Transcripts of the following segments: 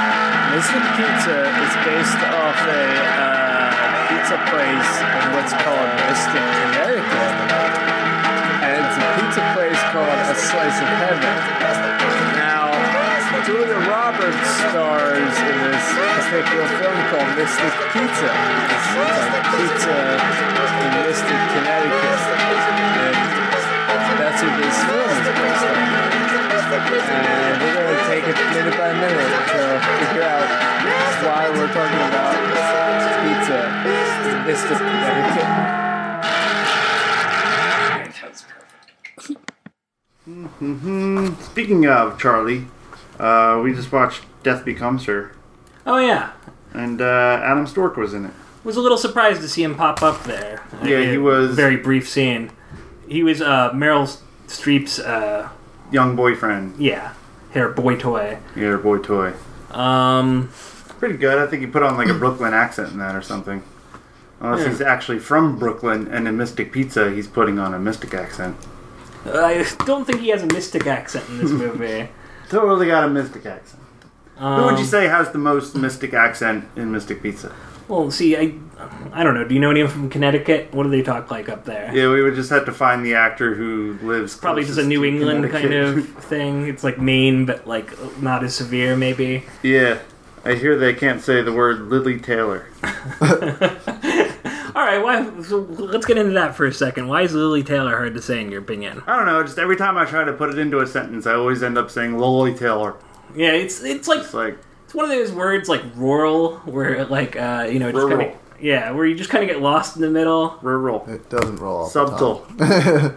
Lizard Pizza is based off a uh, pizza place in what's called Mystic, Connecticut. And it's a pizza place called A Slice of Heaven. Now, Julia Roberts stars in this particular film called Mystic Pizza. It's like pizza in Mystic, Connecticut. And that's what this film is based on. And we're going to take it minute by minute to figure out why we're talking about pizza in Mystic, Connecticut. Speaking of Charlie, uh, we just watched Death Becomes Her, Oh yeah, and uh, Adam Stork was in it. was a little surprised to see him pop up there. Yeah, he was- very brief scene. He was uh, Meryl Streep's uh, Young boyfriend, yeah, her boy toy. your boy toy. Um, Pretty good. I think he put on like a Brooklyn accent in that or something. Unless he's actually from Brooklyn and in Mystic Pizza, he's putting on a Mystic accent. I don't think he has a mystic accent in this movie. Totally got a Mystic accent. Um, Who would you say has the most Mystic accent in Mystic Pizza? Well, see, I, I don't know. Do you know anyone from Connecticut? What do they talk like up there? Yeah, we would just have to find the actor who lives Probably just a closest New to England kind Connecticut. of thing. It's like Maine, but like not as severe, maybe. yeah, I hear they can't say the word Lily Taylor. All right, why, so let's get into that for a second. Why is Lily Taylor hard to say in your opinion? I don't know. Just every time I try to put it into a sentence, I always end up saying Lily Taylor. Yeah, it's it's like It's like it's one of those words like rural, where like uh, you know, it just Rural. kinda, yeah, where you just kind of get lost in the middle. rural, It doesn't roll off. the subtle.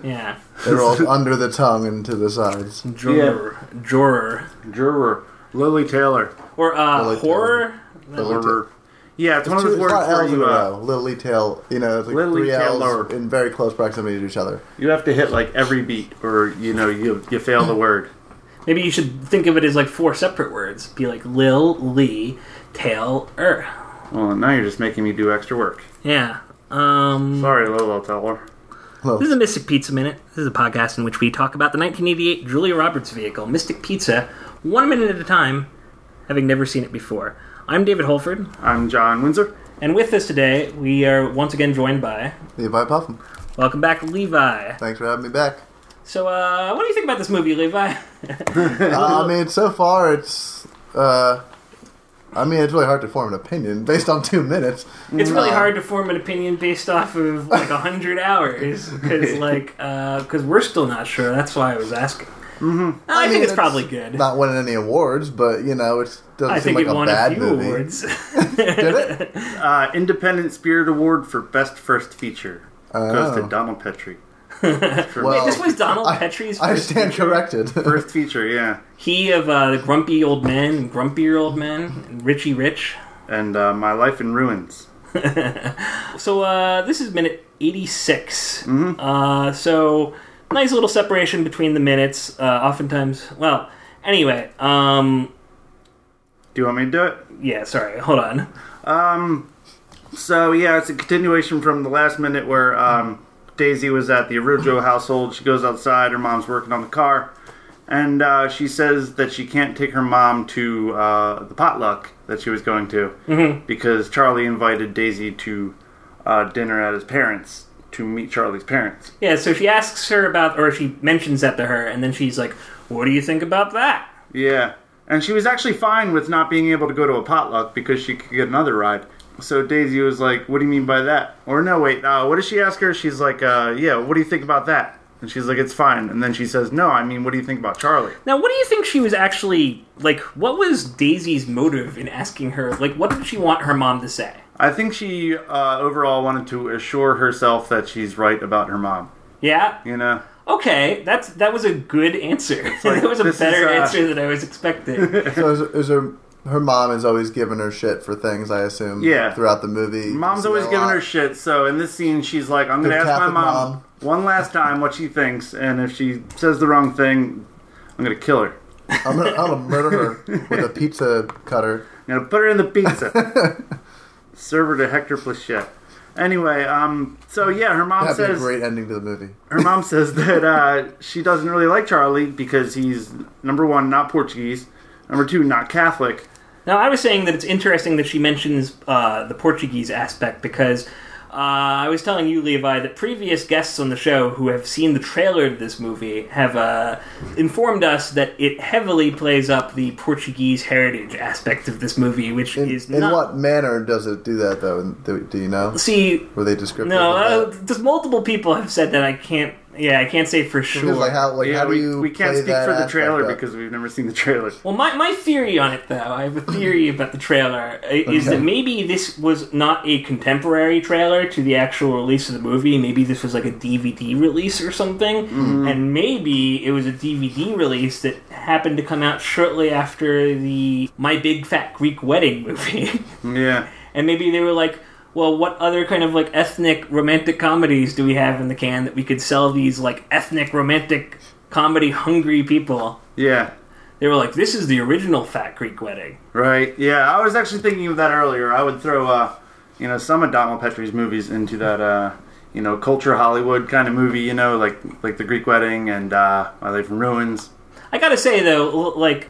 Yeah, tongue. It rolls under the tongue and to the sides. juror, juror, Juror. Lily Taylor. or Lily uh, Taylor. horror. Juror. Yeah, it's one of those Two- words it's not where L's in you, a uh, row. Lily tail, you know, it's like Lily three Taylor. L's in very close proximity to each other. you have to hit like every beat or you know you you fail the word. Maybe you should think of it as like four separate words. Be like Lil Lee Tail Er. Well, now you're just making me do extra work. Yeah. Um, Sorry, Lily Taylor. this is a Mystic Pizza Minute. This is a podcast in which we talk about the 1988 Julia Roberts vehicle, Mystic Pizza, one minute at a time, having never seen it before. I'm David Holford, I'm John Windsor. and with us today, we are once again joined by. Levi Puffin. Welcome back, Levi. Thanks for having me back. So, uh, what do you think about this movie, Levi? Uh, I mean, so far it's. Uh, I mean, it's really hard to form an opinion based on two minutes. It's really Uh, hard to form an opinion based off of like a hundred hours because like because we're still not sure. That's why I was asking. Mm-hmm. I, mean, think it's, it's probably good. Not winning any awards, but you know, it doesn't I seem like think it a won a bad few movie. awards. Did it? Uh, Independent Spirit Award for Best First Feature goes to Oh. Donald Petrie. Well, this was Donald Oh, I- Petrie's. I first- stand corrected. First feature, yeah. He of uh, the grumpy old men, and grumpier old men, and Richie Rich. And uh, My Life in Ruins. So uh, this is minute 86 Mm-hmm. Uh, so nice little separation between the minutes. Uh, oftentimes, well, anyway. Um, Do you want me to do it? yeah, sorry. Hold on. So yeah, it's a continuation from the last minute where um, Daisy was at the Arujo household. She goes outside. Her mom's working on the car, and uh, she says that she can't take her mom to uh, the potluck that she was going to because Charlie invited Daisy to uh, dinner at his parents to meet Charlie's parents. Yeah, so she asks her about, or she mentions that to her, and then she's like, "What do you think about that?" Yeah, and she was actually fine with not being able to go to a potluck because she could get another ride. So Daisy was like, "What do you mean by that?" Or no, wait, uh, what does she ask her? She's like, uh, "Yeah, what do you think about that?" And she's like, "It's fine." And then she says, "No, I mean, what do you think about Charlie?" Now, what do you think she was actually like? What was Daisy's motive in asking her? Like, what did she want her mom to say? I think she uh, overall wanted to assure herself that she's right about her mom. Yeah. You know, Okay, that's that was a good answer. that was a this is, better uh, answer than I was expecting. so is, is her her mom is always giving her shit for things. I assume. Yeah. Throughout the movie, mom's always giving her shit. So in this scene, she's like, "I'm gonna Good ask my Catholic mom, mom. one last time what she thinks, and if she says the wrong thing, I'm gonna kill her. I'm gonna, I'm gonna murder her with a pizza cutter. You know, put her in the pizza. Server to Hector Plachette. Anyway, um, so yeah, her mom That'd be a says great ending to the movie. her mom says that uh, she doesn't really like Charlie because he's number one not Portuguese, number two not Catholic, Now, I was saying that it's interesting that she mentions uh, the Portuguese aspect because uh, I was telling you, Levi, that previous guests on the show who have seen the trailer to this movie have uh, informed us that it heavily plays up the Portuguese heritage aspect of this movie, which In, is in not. what manner does it do that, though? And Do, do you know? See, Were they descriptive? no, uh, of that? there's multiple people have said that. I can't. Yeah, I can't say for sure. Because, like, how, like, Yeah, how do we, you we can't play speak that for the aspect trailer up? because we've never seen the trailer. Well, my, my theory on it, though, I have a theory about the trailer, i- is Okay. that maybe this was not a contemporary trailer to the actual release of the movie. Maybe this was like a DVD release or something. And maybe it was a DVD release that happened to come out shortly after the My Big Fat Greek Wedding movie. Yeah. and maybe they were like, well, what other kind of like ethnic romantic comedies do we have in the can that we could sell these like ethnic romantic comedy hungry people? Yeah. They were like, "This is the original Fat Creek Wedding." Right. Yeah. I was actually thinking of that earlier. I would throw, uh, you know, some of Donald Petrie's movies into that, uh, you know, culture Hollywood kind of movie. You know, like like The Greek Wedding and uh, My Life in Ruins. I gotta say though, l- like,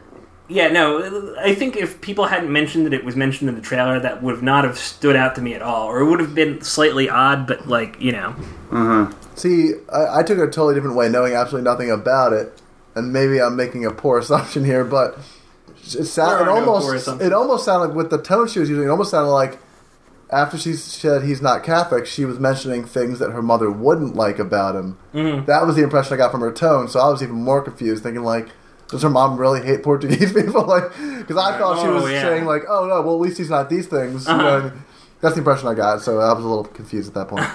yeah, no, I think if people hadn't mentioned that it was mentioned in the trailer, that would have not have stood out to me at all, or it would have been slightly odd, but like, you know, See, I, I took it a totally different way, knowing absolutely nothing about it, and maybe I'm making a poor assumption here, but it There sounded are it no poor almost assumptions. it almost sounded like with the tone she was using. It almost sounded like after she said he's not Catholic, she was mentioning things that her mother wouldn't like about him. Mm-hmm. That was the impression I got from her tone. So I was even more confused, thinking like. Does her mom really hate Portuguese people? Like, because I thought she Oh, was yeah. saying like, "Oh no, well at least he's not these things." You know Uh-huh. what I mean? That's the impression I got. So I was a little confused at that point.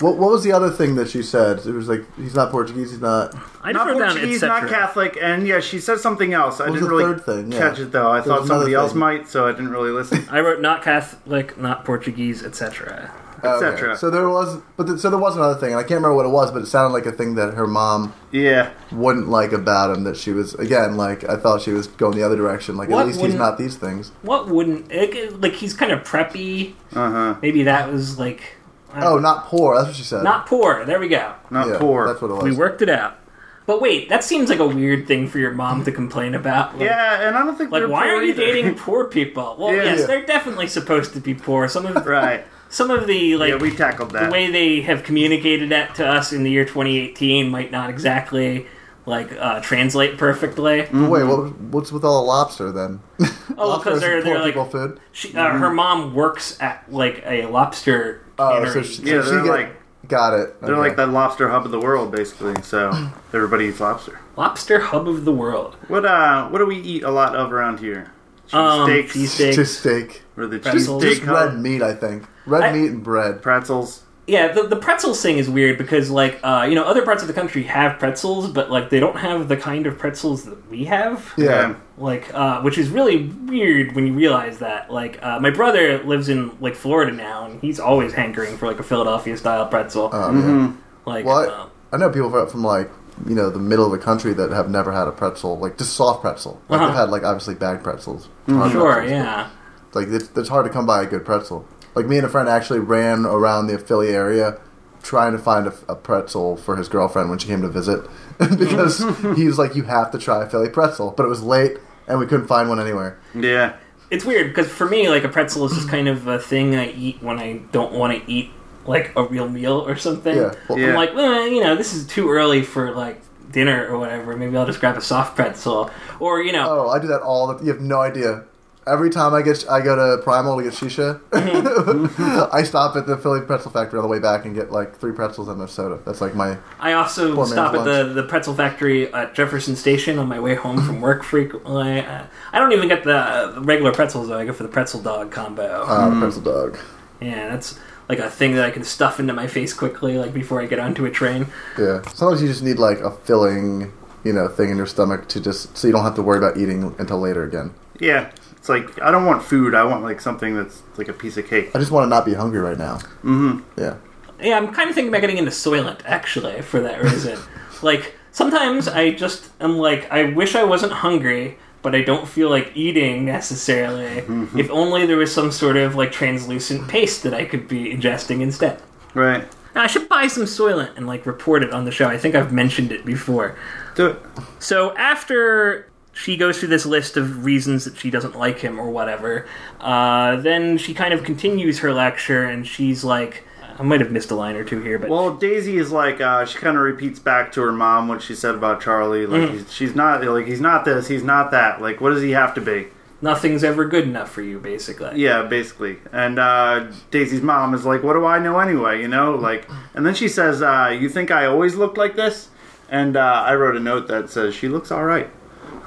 What, what was the other thing that she said? It was like he's not Portuguese. He's not. I just Not wrote down Portuguese, etc. not Catholic, and yeah, she said something else. I What was didn't the really third thing? Yeah. catch it though. I There thought was another somebody else thing. might, so I didn't really listen. I wrote not Catholic, not Portuguese, etc. Oh, Et cetera. So there was, but th- so there was another thing, and I can't remember what it was, but it sounded like a thing that her mom yeah. wouldn't like about him. That she was again like I thought she was going the other direction. Like What at least he's wouldn't- not these things. What wouldn't it, like? He's kind of preppy. Uh huh. Maybe that was like, I don't Oh, not poor. That's what she said. Uh-huh. not poor. There we go. Not Yeah, poor. That's what it was. We worked it out. But wait, that seems like a weird thing for your mom to complain about. Like, yeah, and I don't think Like, they're why poor are you either. dating poor people? Well, Yeah. yes, Yeah. they're definitely supposed to be poor. Some of right. some of the like yeah, we tackled the that. way they have communicated that to us in the year 2018 might not exactly like uh, translate perfectly. Wait, what, what's with all the lobster then? Oh, Lobster because is they're poor they're like people food. she, uh, Mm-hmm. her mom works at like a lobster. Oh, cannery. so she, Yeah, so she they're get- like- got it. They're Okay. like the lobster hub of the world, basically. So everybody eats lobster. lobster hub of the world. What uh, what do we eat a lot of around here? Cheese Um, steaks, cheesesteak. just steak, or the cheese Pretzels. steak just hub, red meat. I think red I- meat and bread. pretzels. Yeah, the, the pretzels thing is weird because, like, uh, you know, other parts of the country have pretzels, but, like, they don't have the kind of pretzels that we have. Yeah. Like, uh, which is really weird when you realize that. Like, uh, my brother lives in, like, Florida now, and he's always hankering for, like, a Philadelphia style pretzel. Oh, yeah. like, Well, uh, I, I know people from, from like you know the middle of the country that have never had a pretzel, like just soft pretzel. Like Uh-huh. they've had like obviously bagged pretzels. hard sure, pretzels, yeah. but, Like it's, it's hard to come by a good pretzel. Like me and a friend actually ran around the Philly area trying to find a, a pretzel for his girlfriend when she came to visit because he was like, "You have to try a Philly pretzel," but it was late and we couldn't find one anywhere. Yeah, It's weird because for me, like, a pretzel is just kind of a thing I eat when I don't want to eat, like, a real meal or something. Yeah. Well, Yeah. I'm like, well, you know, this is too early for like dinner or whatever. Maybe I'll just grab a soft pretzel, or you know, Oh, I do that all the. You have no idea. Every time I get I go to Primal to get shisha, I stop at the Philly Pretzel Factory on the way back and get like three pretzels and a soda. That's like my I also Poor stop at man's the, the pretzel factory at Jefferson Station on my way home from work frequently. Uh, I don't even get the uh, regular pretzels though. I go for the pretzel dog combo. uh, pretzel dog. yeah, that's like a thing that I can stuff into my face quickly, like before I get onto a train. Yeah. Sometimes you just need like a filling, you know, thing in your stomach to just so you don't have to worry about eating until later again. yeah. It's like I don't want food. I want like something that's like a piece of cake. I just want to not be hungry right now. Mm-hmm. Yeah. Yeah, I'm kind of thinking about getting into Soylent actually for that reason. like sometimes I just am like I wish I wasn't hungry, but I don't feel like eating necessarily. if only there was some sort of like translucent paste that I could be ingesting instead. Right. Now, I should buy some Soylent and like report it on the show. I think I've mentioned it before. Do it. So after she goes through this list of reasons that she doesn't like him or whatever. Uh, then she kind of continues her lecture, and she's like, I might have missed a line or two here, but Well, Daisy is like uh, she kind of repeats back to her mom what she said about Charlie. Like he's, she's not like he's not this, he's not that. Like what does he have to be? nothing's ever good enough for you, basically. Yeah, basically. And uh, Daisy's mom is like, "What do I know anyway?" You know, like. And then she says, uh, "You think I always looked like this?" And uh, I wrote a note that says she looks all right.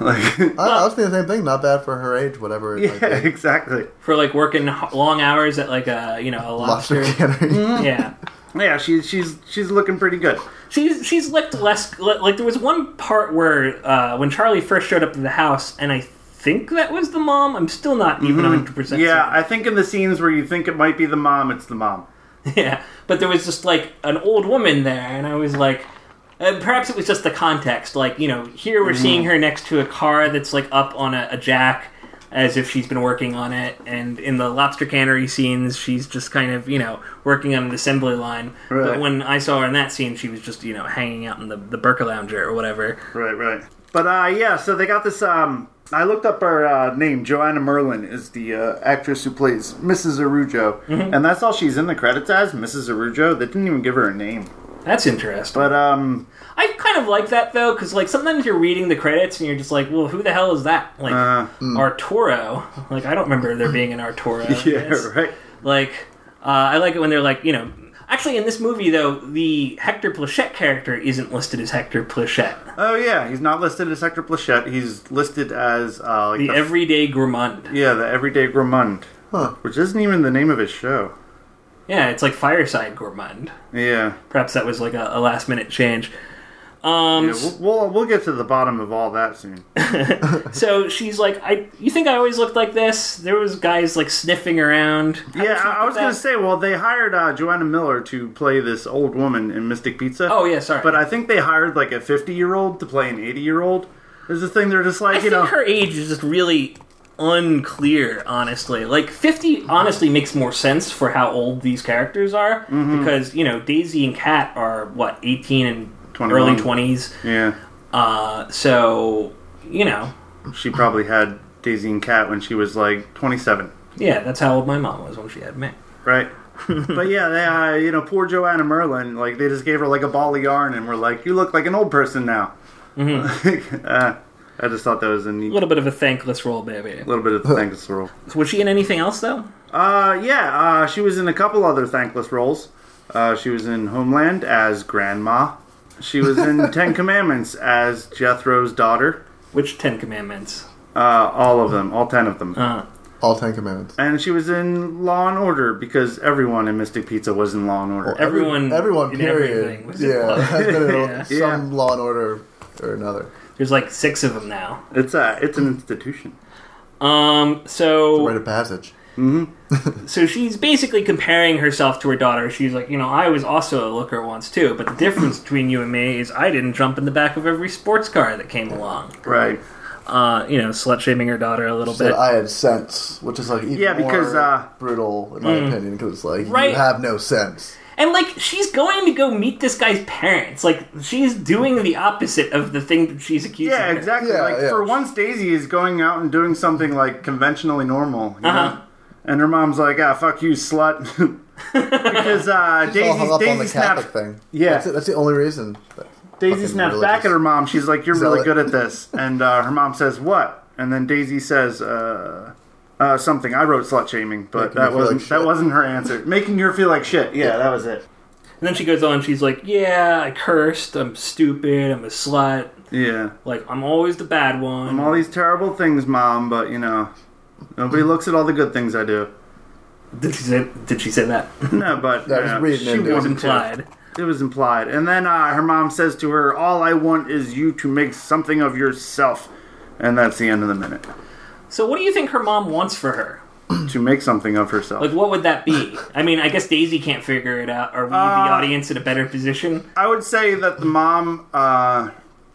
Like, I, I was thinking the same thing. Not bad for her age, whatever. It yeah, might be. exactly. For like working h- long hours at like a you know a Lobster lobster. cannery. yeah. Yeah, she's she's she's looking pretty good. She's she's licked less. li- Like there was one part where uh, when Charlie first showed up to the house, and I think that was the mom. I'm still not even 100 percent. Mm-hmm. Yeah, I think in the scenes where you think it might be the mom, it's the mom. yeah. But there was just like an old woman there, and I was like, uh, perhaps it was just the context. Like you know, here we're seeing her next to a car that's like up on a, a jack. As if she's been working on it, and in the lobster cannery scenes, she's just kind of you know working on an assembly line. Right. But when I saw her in that scene, she was just you know hanging out in the the Burka lounger or whatever. Right, right. But uh, yeah, so they got this. Um, I looked up her uh, name. Joanna Merlin is the uh, actress who plays Mrs. Arujo, Mm-hmm. and that's all she's in the credits as Mrs. Arujo. They didn't even give her a name. That's interesting. But um, I kind of like that though, because like sometimes you're reading the credits and you're just like, well, who the hell is that? Like Uh, Arturo. Like I don't remember there being an Arturo. in yeah, this. right. Like uh, I like it when they're like, you know. Actually, in this movie though, the Hector Plachette character isn't listed as Hector Plachette, Oh yeah, he's not listed as Hector Plachette. He's listed as uh, like the the- everyday gourmand. yeah the Everyday Gourmand, Huh. which isn't even the name of his show. Yeah, it's like fireside gourmand. Yeah, Perhaps that was like a, a last minute change. yeah Um, we'll, we'll we'll get to the bottom of all that soon. so she's like, I you think I always looked like this? There was guys like sniffing around. Yeah, How I, I was that- gonna say. Well, they hired uh, Joanna Miller to play this old woman in Mystic Pizza. Oh yeah, sorry. But I think they hired like a 50 year old to play an 80 year old. There's this thing they're just like, I you think know. her age is just really unclear, honestly. Like, 50 honestly makes more sense for how old these characters are Mm-hmm. because, you know, Daisy and Kat are, what, 18 and 21. early 20s. yeah, Uh, so, you know, she probably had Daisy and Cat when she was like 27, yeah, that's how old my mom was when she had me. right? but yeah, they, uh, you know, poor Joanna Merlin, like they just gave her like a ball of yarn and were like, you look like an old person now. Mm-hmm. uh, I just thought that was a A neat little bit of a thankless role, baby. little bit of thankless role. Was she in anything else, though? Uh, yeah, uh, she was in a couple other thankless roles. Uh, she was in Homeland as Grandma. She was in Ten Commandments as Jethro's daughter. Which Ten Commandments? Uh, all of them, all ten of them. Uh, All Ten Commandments. and she was in Law and Order because everyone in Mystic Pizza was in Law and Order. Well, Everyone everyone, in everything period. was in Law Yeah, and has been in Yeah. some Law and Order or another. there's like six of them now. It's a, it's an institution. Um, Rite so of passage. so she's basically comparing herself to her daughter. She's like, you know, I was also a looker once too, but the difference between you and me is I didn't jump in the back of every sports car that came along. Right. Uh, you know, slut shaming her daughter a little That bit. I had sense, which is like even Yeah, because, more uh, brutal in my opinion, because it's like Mm. Right. you have no sense. and like, she's going to go meet this guy's parents. Like, she's doing the opposite of the thing that she's accusing. Yeah, her. exactly. Yeah, like yeah. for once, Daisy is going out and doing something like conventionally normal. You Uh-huh. know? And her mom's like, "Ah, fuck you, slut," because uh, It's all hung Daisy up on Daisy the Catholic snaps thing. Yeah. that's, it, that's the only reason. Daisy snaps back at her mom. She's like, "You're really Zealot. good at this," and uh, her mom says, "What?" And then Daisy says, uh, uh, "Something." I wrote slut shaming, but Making her that feel wasn't like that shit. wasn't her answer. Making her feel like shit. Yeah, that was it. And then she goes on. She's like, yeah, I cursed. I'm stupid. I'm a slut. Yeah, Like, I'm always the bad one. I'm all these terrible things, mom. But you know, nobody looks at all the good things I do. did she say? Did she say that? No, but That was you know, reading she into it. wanted to. Implied. It was implied. And then uh, her mom says to her, All I want is you to make something of yourself. And that's the end of the minute. So, what do you think her mom wants for her? to make something of herself. Like, what would that be? I mean, I guess Daisy can't figure it out. Are we, the Uh, audience, in a better position? I would say that the mom uh,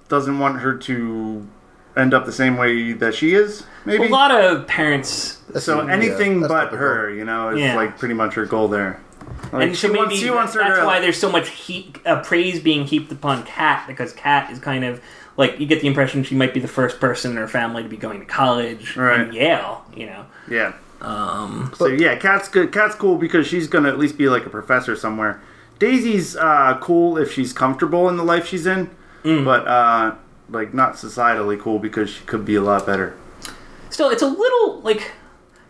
doesn't want her to end up the same way that she is, A maybe. lot of parents. So anything Mm, that's but typical. her, you know, is Yeah. like pretty much her goal there. Like, And so maybe she wants her that's to. why there's so much heat, uh, praise being heaped upon Kat, because Kat is kind of like you get the impression she might be the first person in her family to be going to college Right. in Yale. You know, Yeah. um, So yeah, Cat's good. Cat's cool because she's gonna at least be like a professor somewhere. Daisy's uh, cool if she's comfortable in the life she's in, Mm. but uh, like not societally cool because she could be a lot better. still, it's a little like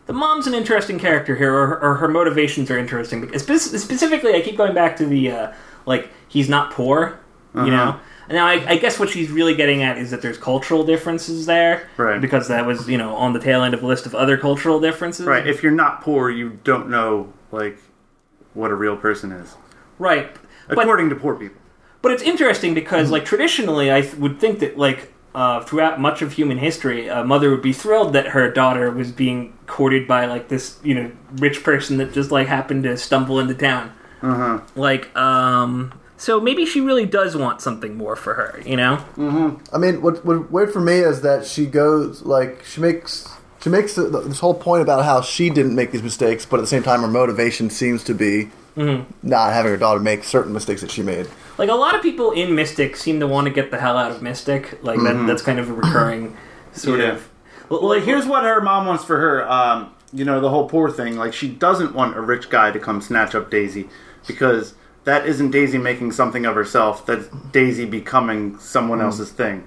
the mom's an interesting character here, or, or her motivations are interesting. Because spe- specifically, I keep going back to the uh, like he's not poor, Uh-huh. you know. Now, I, I guess what she's really getting at is that there's cultural differences there, Right. Because that was you know on the tail end of a list of other cultural differences, Right? If you're not poor, you don't know like what a real person is, Right. But according to poor people. But it's interesting Mm-hmm. because, like, traditionally, I th- would think that, like, uh, throughout much of human history, a mother would be thrilled that her daughter was being courted by, like, this, you know, rich person that just, like, happened to stumble into town. Uh huh. Like, um, so maybe she really does want something more for her, you know? I mean, what what weird for me is that she goes like she makes she makes th- this whole point about how she didn't make these mistakes, but at the same time, her motivation seems to be Mm-hmm. not having her daughter make certain mistakes that she made. Like, a lot of people in Mystic seem to want to get the hell out of Mystic. Like, that, that's kind of a recurring sort Mm-hmm. Yeah. of. Well, Well, like, here's what her mom wants for her. Um, you know, the whole poor thing. Like, she doesn't want a rich guy to come snatch up Daisy because that isn't Daisy making something of herself. That's Daisy becoming Hmm. someone else's thing.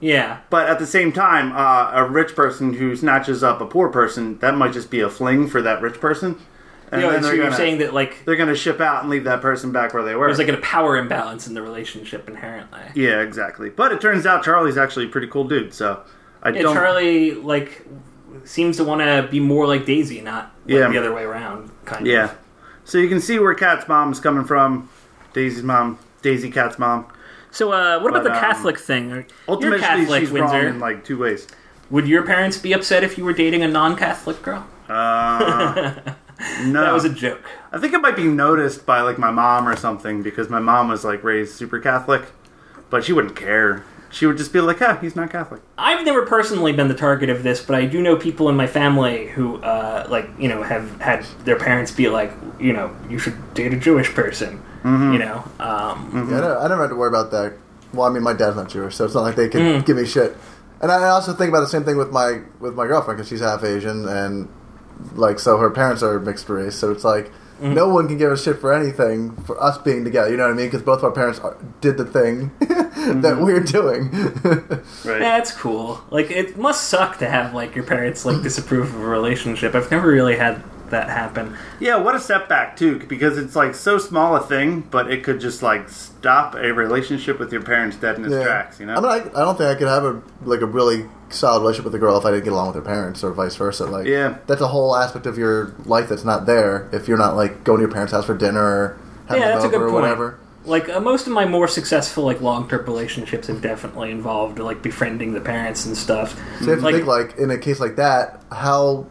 Yeah. But at the same time, uh, a rich person who snatches up a poor person, that might just be a fling for that rich person. And You know, then so they're you're gonna, saying that, like, they're going to ship out and leave that person back where they were. there's, like, a power imbalance in the relationship inherently. yeah, exactly. But it turns out Charlie's actually a pretty cool dude. So I Yeah, don't. Charlie like seems to want to be more like Daisy, not like, Yeah. the other way around. Kind of. Yeah. So you can see where Cat's mom's coming from. Daisy's mom. Daisy Cat's mom. So, uh, what about But, the um, Catholic thing? You're Ultimately, Catholic, she's Windsor. wrong in like two ways. Would your parents be upset if you were dating a non-Catholic girl? Uh, no. That I was a joke. think it might be noticed by like my mom or something because my mom was like raised super Catholic, but she wouldn't care. She would just be like, "Ah, he's not Catholic." I've never personally been the target of this, but I do know people in my family who, uh, like, you know, have had their parents be like, you know, you should date a Jewish person. Mm-hmm. You know, um, Yeah, I, never, I never had to worry about that. Well, I mean, my dad's not Jewish, so it's not like they can give me shit. And I also think about the same thing with my with my girlfriend because she's half Asian, and like so her parents are mixed race, so it's like no one can give a shit for anything for us being together. You know what I mean? Because both of our parents are, did the thing that we're doing. Right. That's cool. Like it must suck to have like your parents like disapprove of a relationship. I've never really had that happen. Yeah, what a setback too, because it's like so small a thing, but it could just like stop a relationship with your parents dead in its tracks. You know? I mean, I, I don't think I could have a like a really solid relationship with a girl if I didn't get along with her parents, or vice versa. Like, Yeah. that's a whole aspect of your life that's not there if you're not like going to your parents' house for dinner or having Yeah, them that's a over good or point. whatever. Like uh, most of my more successful like long term relationships have definitely involved like befriending the parents and stuff. So you have to Like- think like in a case like that, how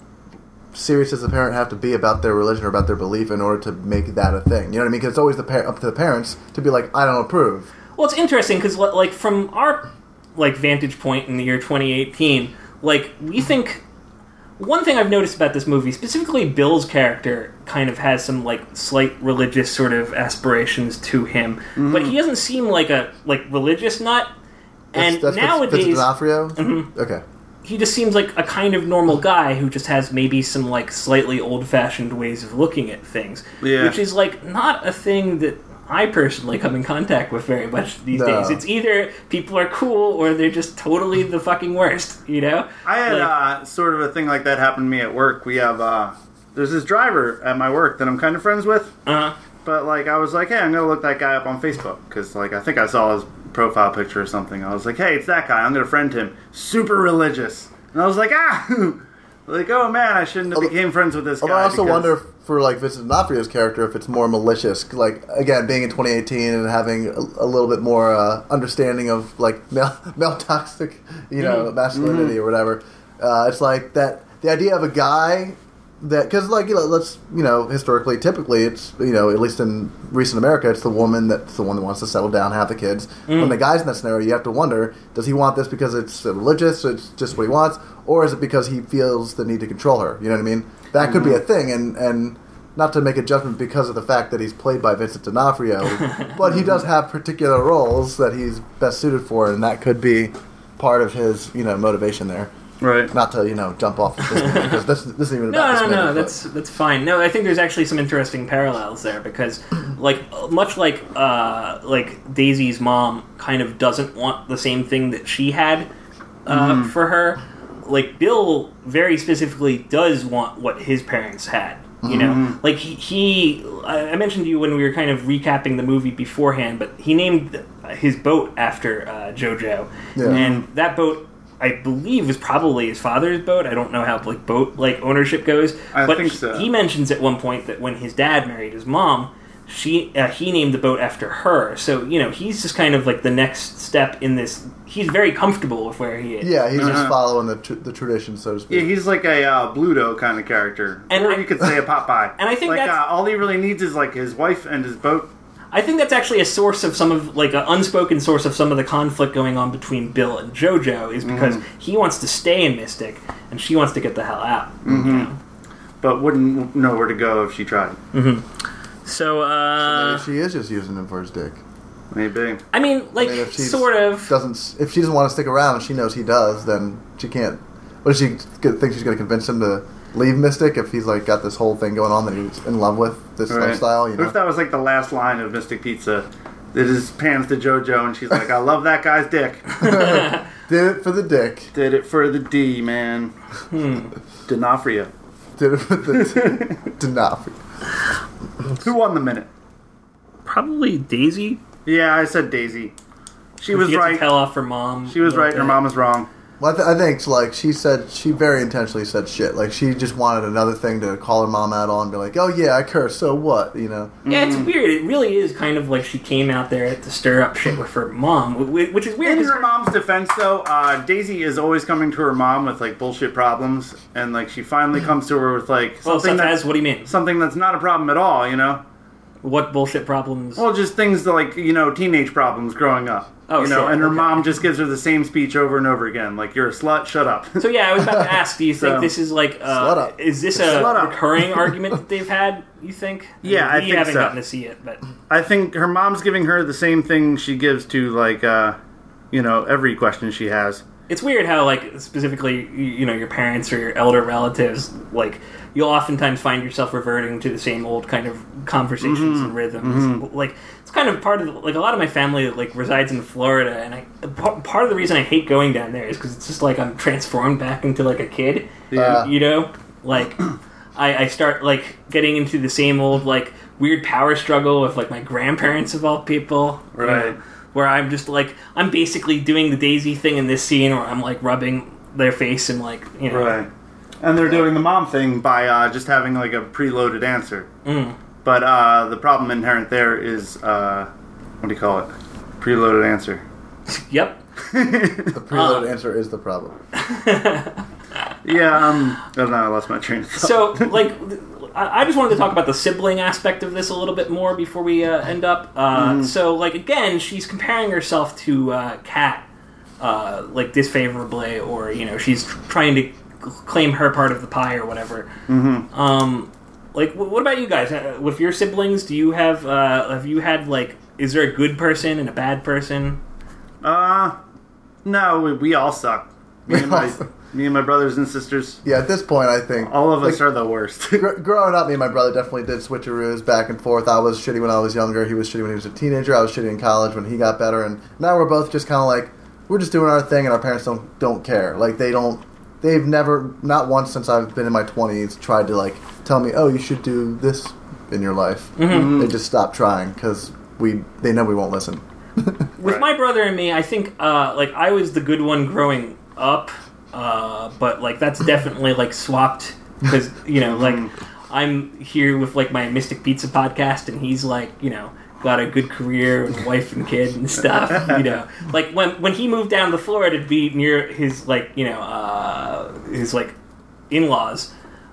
serious does the parent have to be about their religion or about their belief in order to make that a thing? You know what I mean? Because it's always the par- up to the parents to be like, I don't approve. Well, it's interesting because like from our like vantage point in the year 2018, like we think one thing I've noticed about this movie, specifically Bill's character, kind of has some like slight religious sort of aspirations to him, but Mm. he doesn't seem like a like religious nut. That's, and that's what's- nowadays, Mm-hmm. that's D'Onofrio. Okay, he just seems like a kind of normal guy who just has maybe some like slightly old-fashioned ways of looking at things, Yeah. which is like not a thing that I personally come in contact with very much these No. days. It's either people are cool or they're just totally the fucking worst, you know? I had Like- uh, sort of a thing like that happen to me at work. We have uh, there's this driver at my work that I'm kind of friends with, uh, but like I was like, hey, I'm gonna look that guy up on Facebook because like I think I saw his profile picture or something. I was like, hey, it's that guy. I'm gonna friend him. Super religious, and I was like, ah, like oh man, I shouldn't have Although- became friends with this guy. Although I also because- wonder if, for like Vincent D'Onofrio's character if it's more malicious. Like again, being in 2018 and having a, a little bit more uh, understanding of like male, male toxic, you know, Mm-hmm. masculinity or whatever. Uh, it's like that the idea of a guy that because like you know, let's you know historically, typically it's you know at least in recent America, it's the woman that's the one that wants to settle down, have the kids. Mm. When the guy's in that scenario, you have to wonder: does he want this because it's religious, so it's just what he Mm-hmm. wants, or is it because he feels the need to control her? You know what I mean? That could be a thing, and and not to make a judgment because of the fact that he's played by Vincent D'Onofrio, but he does have particular roles that he's best suited for, and that could be part of his you know motivation there. Right. Not to you know jump off of this movie, because this, this isn't even No, about no, this no. movie, but- That's that's fine. No, I think there's actually some interesting parallels there because, like, much like uh, like Daisy's mom kind of doesn't want the same thing that she had uh, Mm-hmm. for her. Like Bill very specifically does want what his parents had. You Mm-hmm. know, like he, he I I mentioned to you when we were kind of recapping the movie beforehand, but he named his boat after uh, JoJo, Yeah. and that boat. I believe was probably his father's boat. I don't know how like boat like ownership goes, I but think he- so. he mentions at one point that when his dad married his mom, she uh, he named the boat after her. So you know he's just kind of like the next step in this. He's very comfortable with where he is. yeah, he's just Uh-huh. following the tr- the tradition, so to Yeah, speak. he's like a uh, Bluto kind of character, And or I- you could say a Popeye. And I think like that's- uh, all he really needs is like his wife and his boat. I think that's actually a source of some of like an unspoken source of some of the conflict going on between Bill and JoJo is because he wants to stay in Mystic and she wants to get the hell out. you know? but wouldn't know where to go if she tried. So uh, Maybe she is just using him for his dick. Maybe. I mean, like I mean, if she's- sort of. Doesn't s- if she doesn't want to stick around and she knows he does, then she can't. What does she g- think she's going to convince him to leave Mystic if he's like got this whole thing going on that he's in love with this Right. lifestyle? You What know, if that was like the last line of Mystic Pizza? It just pans to JoJo and she's like, I love that guy's dick. did it for the dick, Did it for the D, man. Hmm. D'Onofrio. did it for the t- did not. For, Who won the minute? Probably Daisy. Yeah, I said Daisy. She was she gets a right. tell off her mom. She was right and her mom. mom was wrong. Well, I, th- I think like she said, she very intentionally said shit. Like she just wanted another thing to call her mom out on, and be like, "Oh yeah, I curse. So what?" You know. Yeah, Hmm. it's weird. It really is kind of like she came out there to stir up shit with her mom, wh- wh- which is weird. In 'cause- her mom's defense, though, uh, Daisy is always coming to her mom with like bullshit problems, and like she finally comes to her with like Hmm. well, something such that's as what do you mean? something that's not a problem at all, you know. What bullshit problems? Well, just things that, like you know, teenage problems growing up. Oh, you know, sure, and her okay. mom just gives her the same speech over and over again, like "You're a slut, shut up." so yeah, I was about to ask. Do you think So- this is like? Slut Uh, up. is this Slut a up. recurring argument that they've had? You think? Yeah, mean, I we think haven't so. gotten to see it, but I think her mom's giving her the same thing she gives to like, uh, you know, every question she has. it's weird how like specifically you- you know your parents or your elder relatives like you'll oftentimes find yourself reverting to the same old kind of conversations and rhythms like it's kind of part of the, like a lot of my family that like resides in florida and i par- part of the reason i hate going down there is because it's just like i'm transformed back into like a kid Yeah. you know like I, I start like getting into the same old like weird power struggle with like my grandparents of all people you know, Right. where i'm just like i'm basically doing the daisy thing in this scene where i'm like rubbing their face and like you know And they're doing the mom thing by uh, just having like a preloaded answer. But uh, the problem inherent there is, uh, what do you call it? Preloaded answer. yep Uh. The preloaded answer is the problem. Yeah, um, I don't know. I lost my train of thought. so like th- I I just wanted to talk about the sibling aspect of this a little bit more before we uh, end up. Uh, So, like again, she's comparing herself to uh, Kat, uh, like disfavorably, or you know, she's tr- trying to c- claim her part of the pie or whatever. Um, like, wh- what about you guys? Uh, With your siblings, do you have uh, have you had like is there a good person and a bad person? Uh, no, we, we all suck. Me and my me and my brothers and sisters. Yeah, at this point, I think All of us like, are the worst. gr- growing up, me and my brother definitely did switcheroos back and forth. I was shitty when I was younger. He was shitty when he was a teenager. I was shitty in college when he got better. And now we're both just kind of like we're just doing our thing, and our parents don't don't care. Like they don't. They've never, not once since I've been in my twenties, tried to like tell me, "Oh, you should do this in your life." Mm-hmm. They just stopped trying because we they know we won't listen. with Right. my brother and me, I think uh, like I was the good one growing up, uh, but like that's definitely like swapped because you know like Mm-hmm. I'm here with like my Mystic Pizza podcast, and he's like you know got a good career and wife and kid and stuff. You know, like when when he moved down to Florida to be near his like you know uh, his like in laws.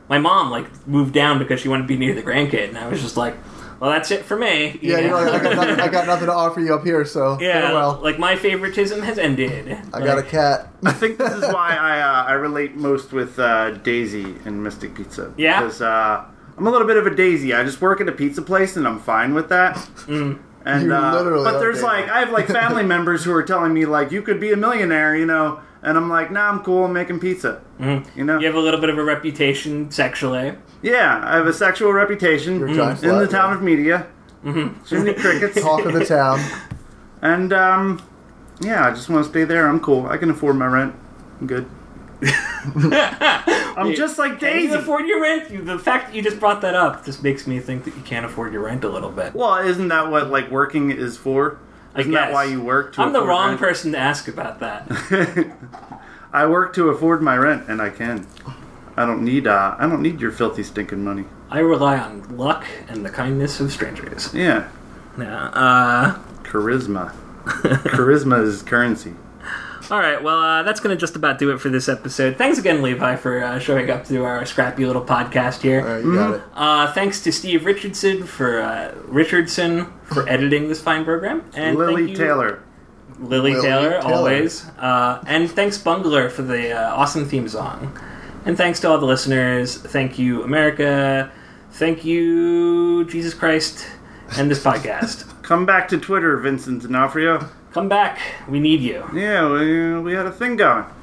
My mom like moved down because she wanted to be near the grandkid, and I was just like, "Well, that's it for me." you Yeah, you know, know? like, I, got nothing, I got nothing to offer you up here, so Yeah, farewell. like my favoritism has ended. I got a cat. I think this is why I uh, I relate most with uh, Daisy in Mystic Pizza. Yeah? Because uh, I'm a little bit of a daisy. I just work at a pizza place and I'm fine with that. And You uh, literally but are there's daisy. like I have like family members who are telling me like you could be a millionaire, you know, and I'm like, nah, I'm cool. I'm making pizza. You know, You have a little bit of a reputation sexually. yeah, I have a sexual reputation You're a in giant slut, the town yeah. of media. Jiminy crickets. Talk of the town. And um, yeah, I just want to stay there. I'm cool. I can afford my rent. I'm good. I'm just like Can you Daisy. afford your rent? You- The fact that you just brought that up just makes me think that you can't afford your rent a little bit. well, isn't that what like working is for? I Isn't that guess. why you work? To I'm the afford wrong rent? person to ask about that. I work to afford my rent, and I can. I don't need. Uh, I don't need your filthy stinking money. I rely on luck and the kindness of strangers. Yeah, Yeah. Uh, charisma. charisma is currency. all right. Well, uh, that's going to just about do it for this episode. Thanks again, Levi, for uh, showing up to our scrappy little podcast here. All right, you got it. Uh, thanks to Steve Richardson for uh, Richardson for editing this fine program, and thank Lily you- Taylor. Lily, Lily Taylor, Taylor. always, uh, and thanks Bungler for the uh, awesome theme song, and thanks to all the listeners. Thank you, America. Thank you, Jesus Christ, and this podcast. Come back to Twitter, Vincent D'Onofrio. Come back, we need you. Yeah, we, we had a thing going.